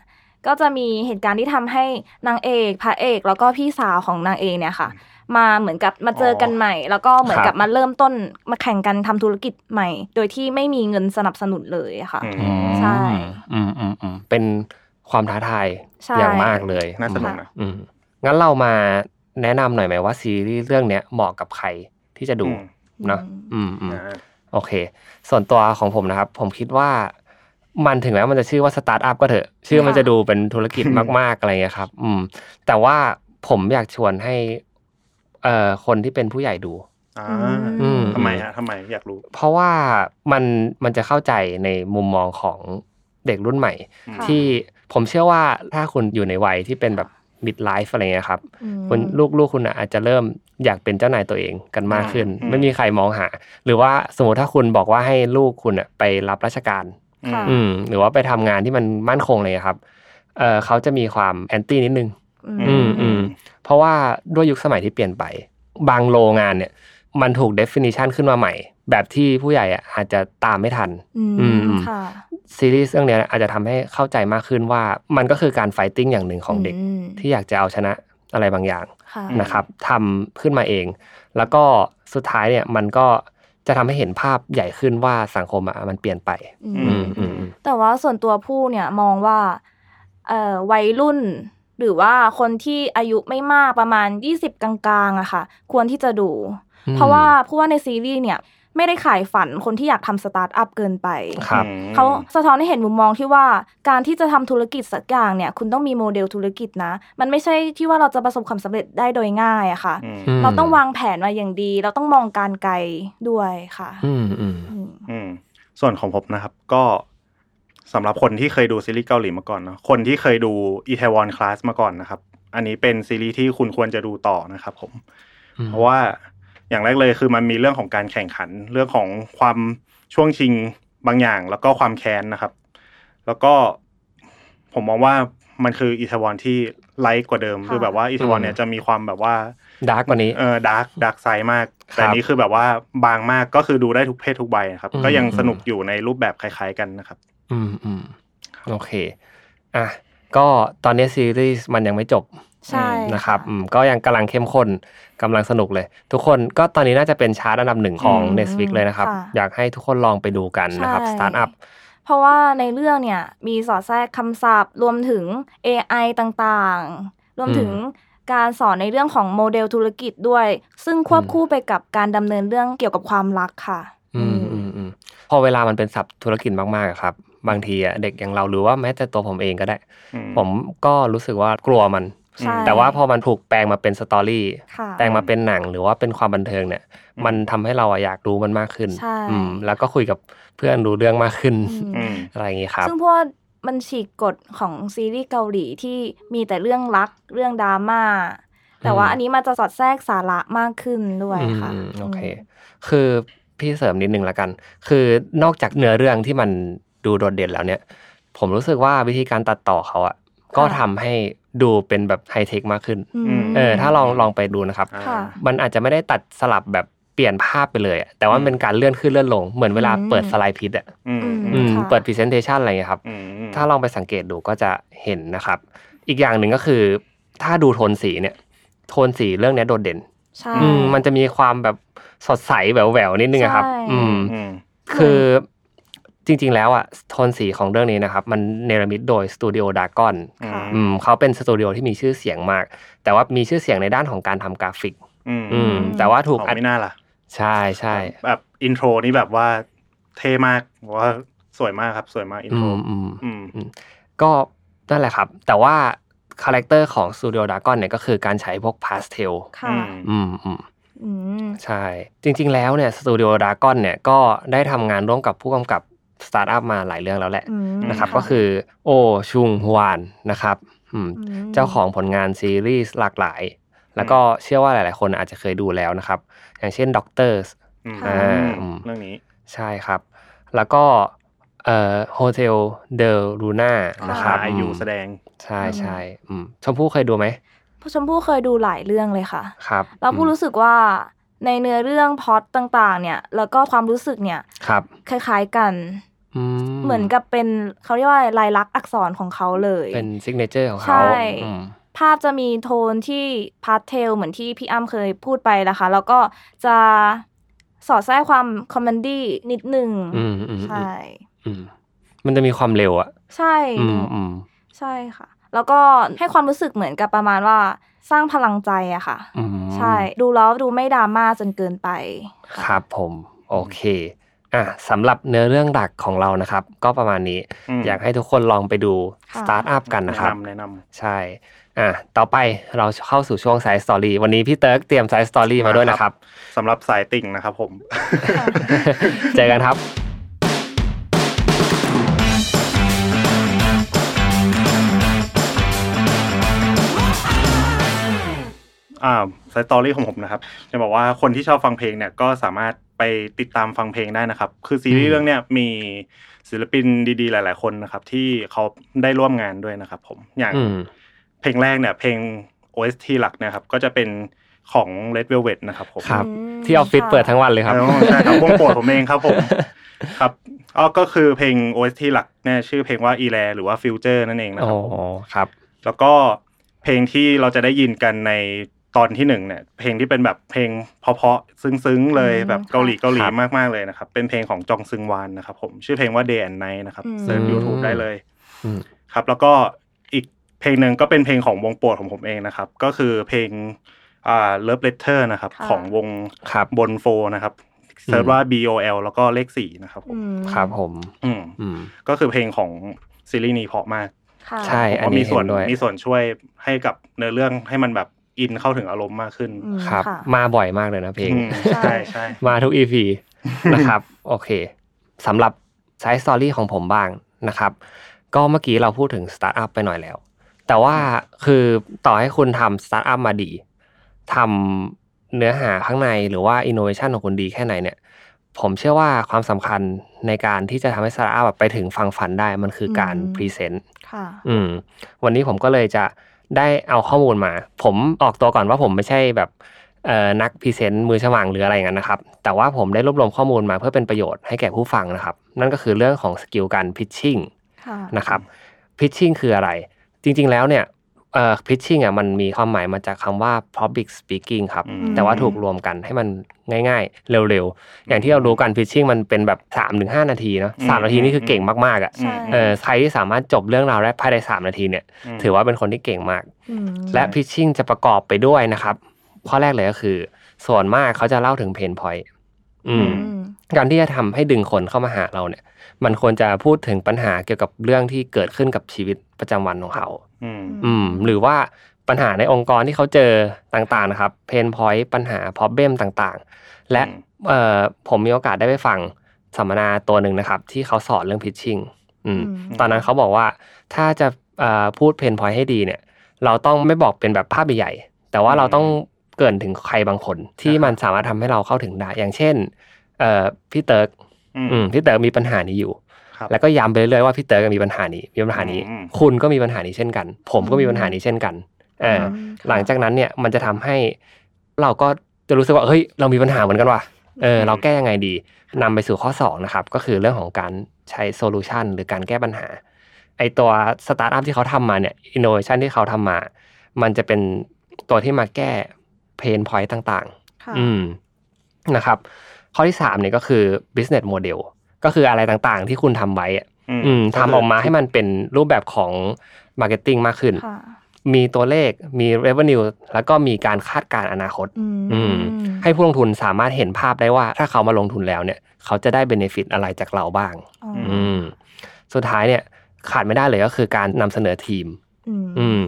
Speaker 3: ก็จะมีเหตุการณ์ที่ทำให้นางเอกพระเอก แล้วก็พี่สาวของนางเอกเนี่ยค่ะ มาเหมือนกับมาเจอกันใหม่ แล้วก็เหมือนกับ
Speaker 2: ครับ
Speaker 3: มาเริ่มต้นมาแข่งกันทำธุรกิจใหม่ โดยที่ไม่มีเงินสนับสนุนเลยอะค่ะ
Speaker 4: อืม
Speaker 3: ใช่
Speaker 2: อืมอืมอืมเป็นความท้าทาย
Speaker 3: ใช่
Speaker 2: อย่างมากเลย
Speaker 4: น่าสนุกนะ
Speaker 2: อืมงั้นเรามาแนะนำหน่อยไหมว่าซีรีส์เรื่องเนี้ยเหมาะกับใครที่จะดู
Speaker 4: อืม
Speaker 2: เนาะอืมอืม
Speaker 4: อ่า
Speaker 2: โอเค ส่วนตัวของผมนะครับ ผมคิดว่า มันถึงแม้มันจะชื่อว่าสตาร์ทอัพก็เถอะชื่อมัน
Speaker 3: ค่ะ
Speaker 2: จะดูเป็นธุรกิจมาก ๆ อะไรเงี้ยครับ อืม แต่ว่าผมอยากชวนให้ เอ่อคนที่เป็นผู้ใหญ่ดู
Speaker 4: อ่า
Speaker 3: อืม
Speaker 4: ทำไมฮะทำไมอยากรู้
Speaker 2: เพราะว่ามันมันจะเข้าใจในมุมมองของเด็กรุ่นใหม่
Speaker 4: อืม
Speaker 2: ที่ผมเชื่อว่าถ้าคุณอยู่ในวัยที่เป็นแบบ mid life อะไรเงี้ยครับ
Speaker 3: อืม
Speaker 2: คุณลูกลูกคุณน่ะอาจจะเริ่มอยากเป็นเจ้านายตัวเองกันมากขึ้น
Speaker 4: อืม
Speaker 2: ไม่มีใครมองหา หรือว่าสมมติถ้าคุณบอกว่าให้ลูกคุณน่ะไปรับราชการ
Speaker 4: อืม
Speaker 3: ค่ะ
Speaker 2: อืม หรือว่าไปทำงานที่มันมั่นคงเลยอะครับเออเขาจะมีความแอนตี้นิดนึง อืมอืม เพราะว่าด้วยยุคสมัยที่เปลี่ยนไป บางโรงงานเนี่ย มันถูก definition ขึ้นมาใหม่ แบบที่ผู้ใหญ่อะอาจจะตามไม่ทัน
Speaker 3: อื
Speaker 2: อื
Speaker 3: ม
Speaker 2: ม
Speaker 3: ค่ะ
Speaker 2: ซีรีส์เรื่องเนี้ยอาจจะทำให้เข้าใจมากขึ้นว่ามันก็คือการ fighting อย่างหนึ่งของเด็ก
Speaker 3: ม
Speaker 2: ที่อยากจะเอาชนะอะไรบางอย่าง
Speaker 3: ค่ะ
Speaker 2: นะครับทำขึ้นมาเอง แล้วก็สุดท้ายเนี่ยมันก็จะทำให้เห็นภาพใหญ่ขึ้นว่าสังคมอะมันเปลี่ยนไป
Speaker 3: อื
Speaker 4: อื
Speaker 3: ม
Speaker 4: มอืม
Speaker 3: แต่ว่าส่วนตัวผู้เนี่ยมองว่าเอ่อวัยรุ่น หรือว่าคนที่อายุไม่มากประมาณ 20 กลางๆอะค่ะ ควรที่จะดู
Speaker 2: อืม
Speaker 3: เพราะว่าผู้ว่าในซีรีส์เนี่ย ไม่ได้ขายฝันคนที่อยากทำสตาร์ทอัพเกินไป
Speaker 2: ครับ
Speaker 4: อืม
Speaker 3: เขาสะท้อนให้เห็นมุมมองที่ว่าการที่จะทำธุรกิจสักอย่างเนี่ย คุณต้องมีโมเดลธุรกิจนะ มันไม่ใช่ที่ว่าเราจะประสบความสำเร็จได้โดยง่ายอะค่ะ
Speaker 4: อืม
Speaker 2: ม
Speaker 3: เราต้องวางแผนมาอย่างดี เราต้องมองการไกลด้วยค่ะ
Speaker 2: อืมอืม
Speaker 3: อืม
Speaker 4: อืมส่วนของผมนะครับก็สำหรับคนที่เคยดูซีรีส์เกาหลีมาก่อนเนาะคนที่เคยดูอีเทวอนคลาสมาก่อนนะครับ อันนี้เป็นซีรีส์ที่คุณควรจะดูต่อนะครับผม
Speaker 2: อืม
Speaker 4: เพราะว่าอย่างแรกเลยคือมันมีเรื่องของการแข่งขันเรื่องของความช่วงชิงบางอย่าง แล้วก็ความแค้นนะครับ แล้วก็ผมมองว่ามันคืออีเทวอนที่ไลท์กว่าเดิมคือแบบว่าอีเทวอนเนี่ยจะมีความแบบว่า
Speaker 2: ดาร์กกว่านี้
Speaker 4: เออดาร์กดาร์กไซมาก
Speaker 2: ครับ
Speaker 4: แต่อันนี้คือแบบว่าบางมากก็คือดูได้ทุกเพศทุกใบนะครับ
Speaker 2: อืม
Speaker 4: ก็ยังสนุกอยู่ในรูปแบบคล้ายๆกันนะครับ
Speaker 2: อืมอืมโอเคอ่ะก็ตอนนี้ซีรีส์มันยังไม่จบ
Speaker 3: ใช่
Speaker 2: นะครับอืมก็ยังกำลังเข้มข้นกำลังสนุกเลย ทุกคนก็ตอนนี้น่าจะเป็นชาร์ตอันดับหนึ่งของ
Speaker 4: อืม
Speaker 2: Next Week เลยนะครับ
Speaker 3: ะ
Speaker 2: อยากให้ทุกคนลองไปดูกันนะครับ
Speaker 3: ใช่
Speaker 2: สตาร์ทอัพ
Speaker 3: เพราะว่าในเรื่องเนี่ยมีสอดแทรกคำศัพท์ รวมถึง AI ต่างๆ รวมถึงการสอนในเรื่องของโมเดลธุรกิจด้วย ซึ่งควบ
Speaker 2: อืม
Speaker 3: คู่ไปกับการดำเนินเรื่องเกี่ยวกับความรักค่ะ
Speaker 2: อืมอืมอืมพอเวลามันเป็นศัพท์ธุรกิจมากๆอะครับ บางทีอะเด็กอย่างเราหรือว่าแม้แต่ตัวผมเองก็ได้
Speaker 4: อื
Speaker 2: ผมก็รู้สึกว่ากลัวมัน
Speaker 3: ใช่
Speaker 2: แต่ว่าพอมันถูกแปลงมาเป็นสตอรี่
Speaker 3: ค่ะ
Speaker 2: แปลงมาเป็นหนังหรือว่าเป็นความบันเทิงเนี่ย
Speaker 4: อืม
Speaker 2: มันทำให้เราอะอยากรู้มันมากขึ้น
Speaker 3: ใช่
Speaker 2: อืมแล้วก็คุยกับเพื่อนรู้เรื่องมากขึ้น
Speaker 3: อืม
Speaker 4: อืม
Speaker 2: อะไรอย่างงี้ครับ
Speaker 3: ซึ่งเพราะว่ามันฉีกกฎของซีรีส์เกาหลีที่มีแต่เรื่องรักเรื่องดราม่าแต่ว่า
Speaker 2: อืม
Speaker 3: อันนี้มันจะสอดแทรกสาระมากขึ้นด้วย
Speaker 2: อืม
Speaker 3: ค่ะ
Speaker 2: อืมโอเค คือพี่เสริมนิดนึงละกัน คือนอกจากเนื้อเรื่องที่มันดูโดดเด่นแล้วเนี่ย ผมรู้สึกว่าวิธีการตัดต่อเขาอะก็ทำให้ดูเป็นแบบไฮเทคมากขึ้น
Speaker 3: อืม
Speaker 4: อืม
Speaker 2: เออถ้าลองลองไปดูนะครับ
Speaker 4: อ่า
Speaker 3: ค่ะ
Speaker 2: มันอาจจะไม่ได้ตัดสลับแบบเปลี่ยนภาพไปเลยอะแต่ว่า
Speaker 4: อืม
Speaker 2: มันเป็นการเลื่อนขึ้นเลื่อนลง เหมือนเวลา
Speaker 3: อืม
Speaker 2: เปิดสไลด์พิดอะ
Speaker 4: อืม
Speaker 2: อืม
Speaker 3: ค่ะ
Speaker 2: เปิดพรีเซนเทชันอะไรอย่างเงี้ยครับ
Speaker 4: อืม
Speaker 2: ถ้าลองไปสังเกตดูก็จะเห็นนะครับ อีกอย่างหนึ่งก็คือ ถ้าดูโทนสีเนี่ย โทนสีเรื่องเนี้ยโดดเด่น
Speaker 3: ใช่
Speaker 2: อืมมันจะมีความแบบสดใสแหววแหววๆนิดนึงอะครับ
Speaker 3: ใช่
Speaker 2: อืม
Speaker 4: อืม
Speaker 2: คือจริง ๆ แล้วอะโทนสีของเรื่องนี้นะครับ มันเนรมิตโดยสตูดิโอดากอน
Speaker 4: ค่ะ
Speaker 2: อืมเขาเป็นสตูดิโอที่มีชื่อเสียงมาก แต่ว่ามีชื่อเสียงในด้านของการทำกราฟิก
Speaker 4: อืม
Speaker 2: อืม แต่ว่าถู
Speaker 4: ถู
Speaker 2: ก
Speaker 4: ก
Speaker 2: อัด
Speaker 4: ไม่น่าล่ะ
Speaker 2: ใช่ใช่
Speaker 4: แบบอินโทรนี่แบบว่าเท่มากว่าสวยมากครับสวยมากอิน
Speaker 2: อื
Speaker 4: โทร
Speaker 2: มอืม
Speaker 4: อืม
Speaker 2: ก็นั่นแหละครับ แต่ว่าคาแรคเตอร์ของสตูดิโอดากอนเนี่ยก็คือการใช้พวกพาสเทล
Speaker 3: ค่ะ
Speaker 2: อืมอืม
Speaker 3: อืม
Speaker 2: ใช่ จริง ๆ แล้วเนี่ยสตูดิโอดากอนเนี่ยก็ได้ทำงานร่วมกับผู้กำกับสตาร์ทอัพมาหลายเรื่องแล้วแหละ
Speaker 3: อืม
Speaker 2: นะครับ ก็คือโอชุงฮวานนะครับอืม
Speaker 3: ม
Speaker 2: เจ้าของผลงานซีรีส์หลากหลาย แล้วก็เชื่อว่าหลาย ๆ คนอาจจะเคยดูแล้วนะครับ อย่างเช่นด็อกเตอร์
Speaker 4: อืม
Speaker 2: อ่าอืม
Speaker 4: เรื่องนี้
Speaker 2: ใช่ครับ แล้วก็เอ่อโฮเทลเดลลูน่านะครับ
Speaker 4: อ่าอยู่
Speaker 2: ม
Speaker 4: แสดง
Speaker 2: ใช่ใช่อืมชมพู่เคยดูไหม
Speaker 3: ผู้ชมพู่เคยดูหลายเรื่องเลยค่ะ
Speaker 2: ครับ
Speaker 3: แล้วผู้รู้สึกว่าในเนื้อเรื่องพล็อตต่างๆ เนี่ย แล้วก็ความรู้สึกเนี่ย
Speaker 2: ครับ
Speaker 3: คล้ายๆกัน
Speaker 2: อื
Speaker 3: เหมือนกับเป็นเขาเรียกว่าลายลักษณ์อักษรของเขาเลย
Speaker 2: เป็นซิกเนเจอร์ของ
Speaker 3: ใช่
Speaker 2: เขาอืม
Speaker 3: ภาพจะมีโทนที่พาสเทลเหมือนที่พี่อ้ำเคยพูดไปนะคะ แล้วก็จะสอดแทรกความคอมเมดี้นิดหนึ่ง
Speaker 2: อืมอืมอืม
Speaker 3: ใช่
Speaker 2: อืมมันจะมีความเร็วอะ
Speaker 3: ใช่
Speaker 2: อืมอืม
Speaker 3: ใช่ค่ะ แล้วก็ให้ความรู้สึกเหมือนกับประมาณว่าสร้างพลังใจอะค่ะ
Speaker 2: อืม
Speaker 3: ใช่ ดูแล้วดูไม่ดราม่าจนเกินไป
Speaker 2: ครับผม โอเค อ่ะสำหรับเนื้อเรื่องหลักของเรานะครับ ก็ประมาณนี้
Speaker 4: ม
Speaker 2: อยากให้ทุกคนลองไปดู
Speaker 3: ค่ะ
Speaker 2: สตาร์ทอัพกันนะ
Speaker 4: แนะครับ นำแนะน
Speaker 2: ใช่อ่ะต่อไปเราเข้าสู่ช่วงสายสตอรี่วันนี้พี่เติร์กเตรียมสายสตอรี่มาด้วยนะครับ
Speaker 4: ำสำหรับสายติ่งนะครับผม
Speaker 2: เจอกันครับ
Speaker 4: อ่าสตอรี่ของผมนะครับ จะบอกว่าคนที่ชอบฟังเพลงเนี่ยก็สามารถไปติดตามฟังเพลงได้นะครับ คือซีรี
Speaker 2: อืม
Speaker 4: ส์เรื่องเนี้ยมีศิลปินดีๆ หลาย ๆ คนนะครับ ที่เขาได้ร่วมงานด้วยนะครับ ผมอย่าง
Speaker 2: อืม
Speaker 4: เพลงแรกเนี่ย เพลง OST หลักเนะครับ ก็จะเป็นของ Red Velvet นะครับผม
Speaker 2: ครับ
Speaker 3: อืม
Speaker 2: ที่ออฟฟิศ
Speaker 3: ค่ะ
Speaker 2: เปิดทั้งวันเลยครับ
Speaker 4: อ๋อใช่ครับวงโปรดผมเองครับผม ครับอ๋อก็คือเพลง OST หลักเนี่ยชื่อเพลงว่า e l a หรือว่า Future นั่นเองนะค
Speaker 2: โอ้
Speaker 4: รับผ
Speaker 2: โห
Speaker 4: ม
Speaker 2: ครับ
Speaker 4: แล้วก็เพลงที่เราจะได้ยินกันในตอนที่หนึ่งเนี่ย เพลงที่เป็นแบบเพลงเพราะๆซึ้งๆเลย
Speaker 3: อืม
Speaker 4: แบบเกาหลีเกาหลี
Speaker 2: ครับ
Speaker 4: มากๆเลยนะครับ เป็นเพลงของจองซึงวานนะครับผมชื่อเพลงว่า Day and Night นะครับ
Speaker 3: อืม
Speaker 4: เซิร์ช YouTube ได้เลย
Speaker 2: อืม
Speaker 4: ครับแล้วก็อีกเพลงหนึ่งก็เป็นเพลงของวงโปรดของผมเองนะครับ ก็คือเพลงอ่า Love Letter นะครับ
Speaker 3: ค่ะ
Speaker 4: ของวง
Speaker 2: ครับ
Speaker 4: บนโฟนะครับเซิร์ชว่า B O L แล้วก็เลขสี่นะครับผม
Speaker 3: อืม
Speaker 2: ครับผม
Speaker 4: อืม
Speaker 2: อืม
Speaker 4: ก็คือเพลงของซีรีส์นี้เพราะมาก
Speaker 3: ค่ะ
Speaker 2: ใช่
Speaker 4: ผม
Speaker 2: อัน
Speaker 4: ว่า
Speaker 2: นี้
Speaker 4: มีส่วน
Speaker 2: เห็นด้วย
Speaker 4: มีส่วนช่วยให้กับเนื้อเรื่องให้มันแบบอินเข้าถึงอารมณ์มากขึ้น
Speaker 3: อืม
Speaker 2: ครับ
Speaker 3: ะ
Speaker 2: มาบ่อยมากเลยนะเพลง
Speaker 4: อืม
Speaker 3: ใช่
Speaker 4: ใช่ใช่
Speaker 2: มาทุก EP นะครับ โอเคสำหรับไซส์สตอรี่ของผมบ้างนะครับ ก็เมื่อกี้เราพูดถึงสตาร์ทอัพไปหน่อยแล้ว แต่ว่าคือต่อให้คุณทำสตาร์ทอัพมาดีทำเนื้อหาข้างในหรือว่าอินโนเวชันของคุณดีแค่ไหนเนี่ย ผมเชื่อว่าความสำคัญในการที่จะทำให้สตาร์ทอัพแบบไปถึงฟังฝันได้มันคือการ
Speaker 3: อืม
Speaker 2: พรีเซนต์
Speaker 3: ค่ะ
Speaker 2: อืมวันนี้ผมก็เลยจะได้เอาข้อมูลมา ผมออกตัวก่อนว่าผมไม่ใช่แบบเอ่อนักพรีเซนต์มือฉมังหรืออะไรอย่างนั้นนะครับ แต่ว่าผมได้รวบรวมข้อมูลมาเพื่อเป็นประโยชน์ให้แก่ผู้ฟังนะครับ นั่นก็คือเรื่องของสกิลการพิชชิ่ง
Speaker 3: ค่ะ
Speaker 2: นะครับพิชชิ่งคืออะไร จริง ๆ แล้วเนี่ยเอ่อพิชชิ่งอ่ะมันมีความหมายมาจากคำว่า public speaking ครับ
Speaker 4: อืม
Speaker 2: แต่ว่าถูกรวมกันให้มันง่าย ๆ เร็ว ๆ อย่างที่เรารู้กันพิชชิ่งมันเป็นแบบ3-5 นาทีเนาะสาม
Speaker 4: อืม
Speaker 2: นาทีนี่คือเก่งมากๆอ่ะ
Speaker 3: ใช่
Speaker 4: อืม
Speaker 2: เออใครที่สามารถจบเรื่องราวได้ภายใน 3 นาทีเนี่ย
Speaker 4: ม
Speaker 2: ถือว่าเป็นคนที่เก่งมาก
Speaker 3: อืม
Speaker 2: และพิชชิ่งจะประกอบไปด้วยนะครับ ข้อแรกเลยก็คือ ส่วนมากเขาจะเล่าถึงเพนพอยต์อืม
Speaker 4: อืม
Speaker 2: การที่จะทำให้ดึงคนเข้ามาหาเราเนี่ย มันควรจะพูดถึงปัญหาเกี่ยวกับเรื่องที่เกิดขึ้นกับชีวิตประจำวันของเขา
Speaker 4: อืม
Speaker 2: อืม หรือว่าปัญหาในองค์กรที่เขาเจอต่างๆนะครับ เพนพอยต์ปัญหาพอบเบมต่างๆ และ
Speaker 4: อืม
Speaker 2: เอ่อผมมีโอกาสได้ไปฟังสัมมนาตัวหนึ่งนะครับ ที่เขาสอนเรื่องพิชชิ่งอืม ตอนนั้นเขาบอกว่าถ้าจะเอ่อพูดเพนพอยให้ดีเนี่ย เราต้องไม่บอกเป็นแบบภาพใหญ่ๆแต่ว่าเราต้องเกรินถึงใครบางคนที่มันสามารถทำให้เราเข้าถึงได้ อย่างเช่นเอ่อพี่เติร์ก
Speaker 4: อืม
Speaker 2: อืมพี่เติร์กมีปัญหานี้อยู่
Speaker 4: ครับ
Speaker 2: แล้วก็ย้ำไปเรื่อยๆว่าพี่เติร์กมีปัญหานี้มีปัญหานี้
Speaker 4: อืม
Speaker 2: คุณก็มีปัญหานี้เช่นกัน ผมก็มีปัญหานี้เช่นกันอ่า
Speaker 3: อืม
Speaker 2: หลังจากนั้นเนี่ยมันจะทำให้เราก็จะรู้สึกว่าเฮ้ยเรามีปัญหาเหมือนกันว่ะเออเราแก้ยังไงดีนำไปสู่ข้อสองนะครับก็คือเรื่องของการใช้โซลูชันหรือการแก้ปัญหา ไอตัวสตาร์ทอัพที่เขาทำมาเนี่ยอินโนเวชันที่เขาทำมา มันจะเป็นตัวที่มาแก้เพนพอยต์ต่าง
Speaker 3: ค่ะ
Speaker 2: ๆ อืมนะครับ ข้อที่3เนี่ยก็คือ business model ก็คืออะไรต่างๆ ที่คุณทำไว้อะอืมทำออกมาให้มันเป็นรูปแบบของ marketing มากขึ้น
Speaker 3: ค่ะ
Speaker 2: มีตัวเลขมี revenue แล้วก็มีการคาดการณ์อนาคต
Speaker 3: อืม
Speaker 2: อืม ให้ผู้ลงทุนสามารถเห็นภาพได้ว่า ถ้าเขามาลงทุนแล้วเนี่ย เขาจะได้ benefit อะไรจากเราบ้าง
Speaker 3: อ๋อ
Speaker 2: อืมสุดท้ายเนี่ยขาดไม่ได้เลยก็คือการนำเสนอทีม
Speaker 3: อืม
Speaker 2: อืม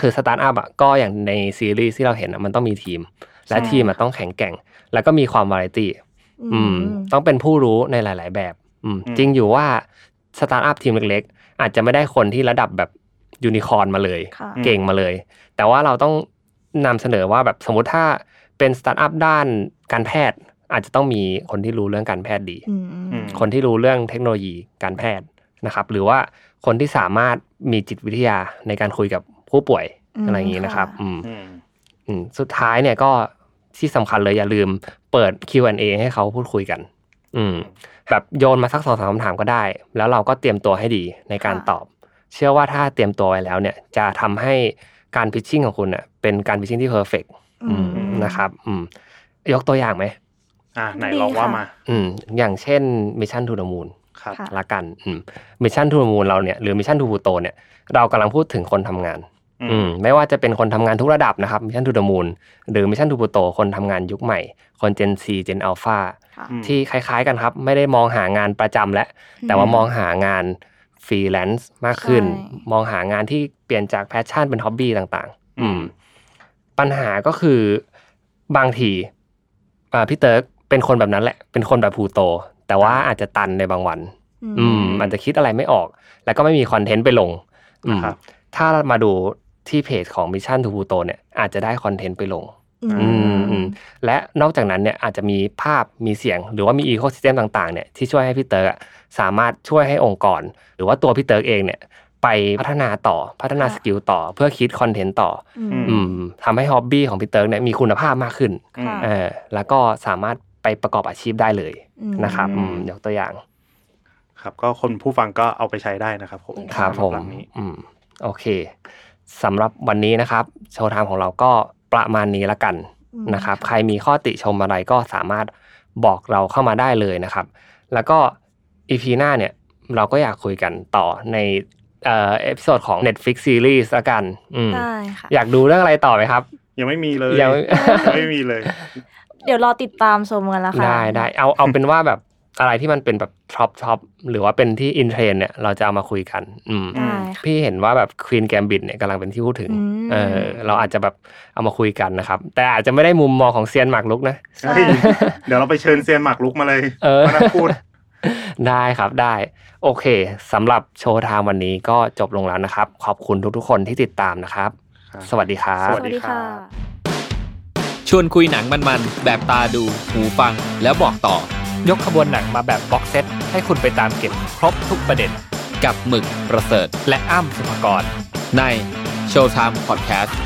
Speaker 2: คือสตาร์ทอัพอ่ะก็อย่างในซีรีส์ที่เราเห็นอะมันต้องมีทีม และ
Speaker 3: ใช่
Speaker 2: ทีมอ่ะต้องแข็งแกร่ง แล้วก็มีความวาไรตี้อืม ต้องเป็นผู้รู้ในหลาย ๆ แบบอืม
Speaker 4: อืม
Speaker 2: จริงอยู่ว่าสตาร์ทอัพทีมเล็ก ๆ อาจจะไม่ได้คนที่ระดับแบบยูนิคอร์นมาเลย
Speaker 3: ค่ะ
Speaker 2: เก่งมาเลย แต่ว่าเราต้องนำเสนอว่าแบบสมมติถ้าเป็นสตาร์ทอัพด้านการแพทย์ อาจจะต้องมีคนที่รู้เรื่องการแพทย์ดี
Speaker 3: อืม
Speaker 4: อืม
Speaker 2: คนที่รู้เรื่องเทคโนโลยีการแพทย์นะครับ หรือว่าคนที่สามารถมีจิตวิทยาในการคุยกับผู้ป่วย
Speaker 3: อืม
Speaker 2: อะไรอย่างนี้นะครับ
Speaker 3: ค่ะ
Speaker 2: อืม
Speaker 4: อืม
Speaker 2: อืมสุดท้ายเนี่ยก็ที่สำคัญเลยอย่าลืมเปิด Q&A ให้เขาพูดคุยกัน อืม แบบโยนมาสักสองสามคำถามก็ได้ แล้วเราก็เตรียมตัวให้ดีในการตอบ เชื่อว่าถ้าเตรียมตัวไว้แล้วเนี่ย จะทำให้การพิชชิ่งของคุณเน่ะเป็นการพิชชิ่งที่เพอร์เฟก
Speaker 3: อืม
Speaker 2: นะครับ อืม ยกตัวอย่างไหม
Speaker 4: อ่าไหน
Speaker 3: ดี
Speaker 4: ลองว่า
Speaker 3: ค่ะ
Speaker 4: มา
Speaker 2: อืม อย่างเช่นมิชชั่นทูดมูล
Speaker 4: ครับ
Speaker 3: ค่ะ
Speaker 2: ละกันมิชชั่นทูมูลเราเนี่ยหรือมิชชั่นทูบูโตเนี่ยเรากำลังพูดถึงคนทำงาน
Speaker 4: อืม
Speaker 2: อืมไม่ว่าจะเป็นคนทำงานทุกระดับนะครับมิชชั่นทูดมูลหรือมิชชั่นทูปูโตคนทำงานยุคใหม่ คนเจนซีเจนอัลฟา
Speaker 3: ค่ะ
Speaker 4: อืม
Speaker 2: ที่คล้ายๆกันครับ ไม่ได้มองหางานประจำและแต่ว่ามองหางานฟรีแลนซ์มากขึ้น
Speaker 3: ใช่
Speaker 2: มองหางานที่เปลี่ยนจากแพชชั่นเป็นฮ็อบบี้ต่างๆ อื
Speaker 4: อื
Speaker 2: ม
Speaker 4: ม
Speaker 2: ปัญหาก็คือบางทีอ่าพี่เติร์กเป็นคนแบบนั้นแหละ เป็นคนแบบพูโต แต่ว่าอาจจะตันในบางวัน อืมอาจจะคิดอะไรไม่ออก แล้วก็ไม่มีคอนเทนต์ไปลงอืม
Speaker 4: ครับ
Speaker 2: ถ้ามาดูที่เพจของมิชชั่นทู u ูโตเนี่ยอาจจะได้คอนเทนต์ไปลง
Speaker 3: อืม
Speaker 2: อืมอืมและนอกจากนั้นเนี่ยอาจจะมีภาพมีเสียง หรือว่ามีอีโค y ิสเ m มต่างๆเนี่ยที่ช่วยให้พี่เติร์กอะสามารถช่วยให้องค์กร หรือว่าตัวพี่เติร์กเองเนี่ยไปพัฒนาต่อพัฒนา
Speaker 3: ค่ะ
Speaker 2: สกิลต่อเพื่อคิดคอนเทนต์ต่อ
Speaker 3: อืม
Speaker 4: อื
Speaker 2: อืมทำให้ฮ็อบบี้ของพี่เติร์กเนี่ยมีคุณภาพมากขึ้น
Speaker 4: อืม
Speaker 3: ค่ะ
Speaker 2: เออแล้วก็สามารถไปประกอบอาชีพได้เลย
Speaker 3: อืม
Speaker 2: นะครับอืมยกตัวอย่าง
Speaker 4: ครับก็คนผู้ฟังก็เอาไปใช้ได้นะครับผม
Speaker 2: ครับผม
Speaker 4: สำหหลังนี้
Speaker 2: อืมโอเคสำหรับวันนี้นะครับ โชว์ไทม์ของเราก็ประมาณนี้ละกัน
Speaker 3: อืม
Speaker 2: นะครับ ใครมีข้อติชมอะไรก็สามารถบอกเราเข้ามาได้เลยนะครับ แล้วก็อีพีหน้าเนี่ย เราก็อยากคุยกันต่อในเอ่อเอพิโซดของ Netflix Series ละกันอืม
Speaker 3: ได้ค่ะ
Speaker 2: อยากดูเรื่องอะไรต่อไหมครับ
Speaker 4: ยังไม่มีเลย
Speaker 2: ยัง
Speaker 4: ยังไม่มีเลย
Speaker 3: เดี๋ยวรอติดตามชมกันละค่ะ
Speaker 2: ได้ได้เอาเอาเป็นว่าแบบอะไรที่มันเป็นแบบท็อปท็อปหรือว่าเป็นที่อินเทรนเนี่ยเราจะเอามาคุยกัน อืม
Speaker 3: ได้ค่ะ
Speaker 2: พี่เห็นว่าแบบควีนแกมบิดเนี่ยกำลังเป็นที่พูดถึง
Speaker 3: อืม
Speaker 2: เออ เราอาจจะแบบเอามาคุยกันนะครับ แต่อาจจะไม่ได้มุมมองของเซียนหมากลุกนะ
Speaker 3: ใช่
Speaker 4: เฮ้ยเดี๋ยวเราไปเชิญเซียนหมากลุกมาเลย
Speaker 2: เออ
Speaker 4: มานั่งพูด
Speaker 2: ได้ครับได้ โอเคสำหรับโชว์ไทางวันนี้ก็จบลงแล้วนะครับ ขอบคุณทุกๆคนที่ติดตามนะครับ
Speaker 4: ครับ
Speaker 2: สวัสดีครับ
Speaker 3: ส
Speaker 4: สวั
Speaker 3: วัส
Speaker 4: สดี
Speaker 3: ดี
Speaker 4: ครั
Speaker 3: ค่ะ
Speaker 4: บ
Speaker 1: ชวนคุยหนังมันๆ แบบตาดู หูฟัง แล้วบอกต่อย
Speaker 5: กขบวนหนังมาแบบบ็อกเซตให้คุณไปตามเก็บครบทุกประเด็น
Speaker 1: กับหมึกประเสริฐ
Speaker 5: และอ้ำสุภกร
Speaker 1: ในโชว์ไทม์พอดแคสต์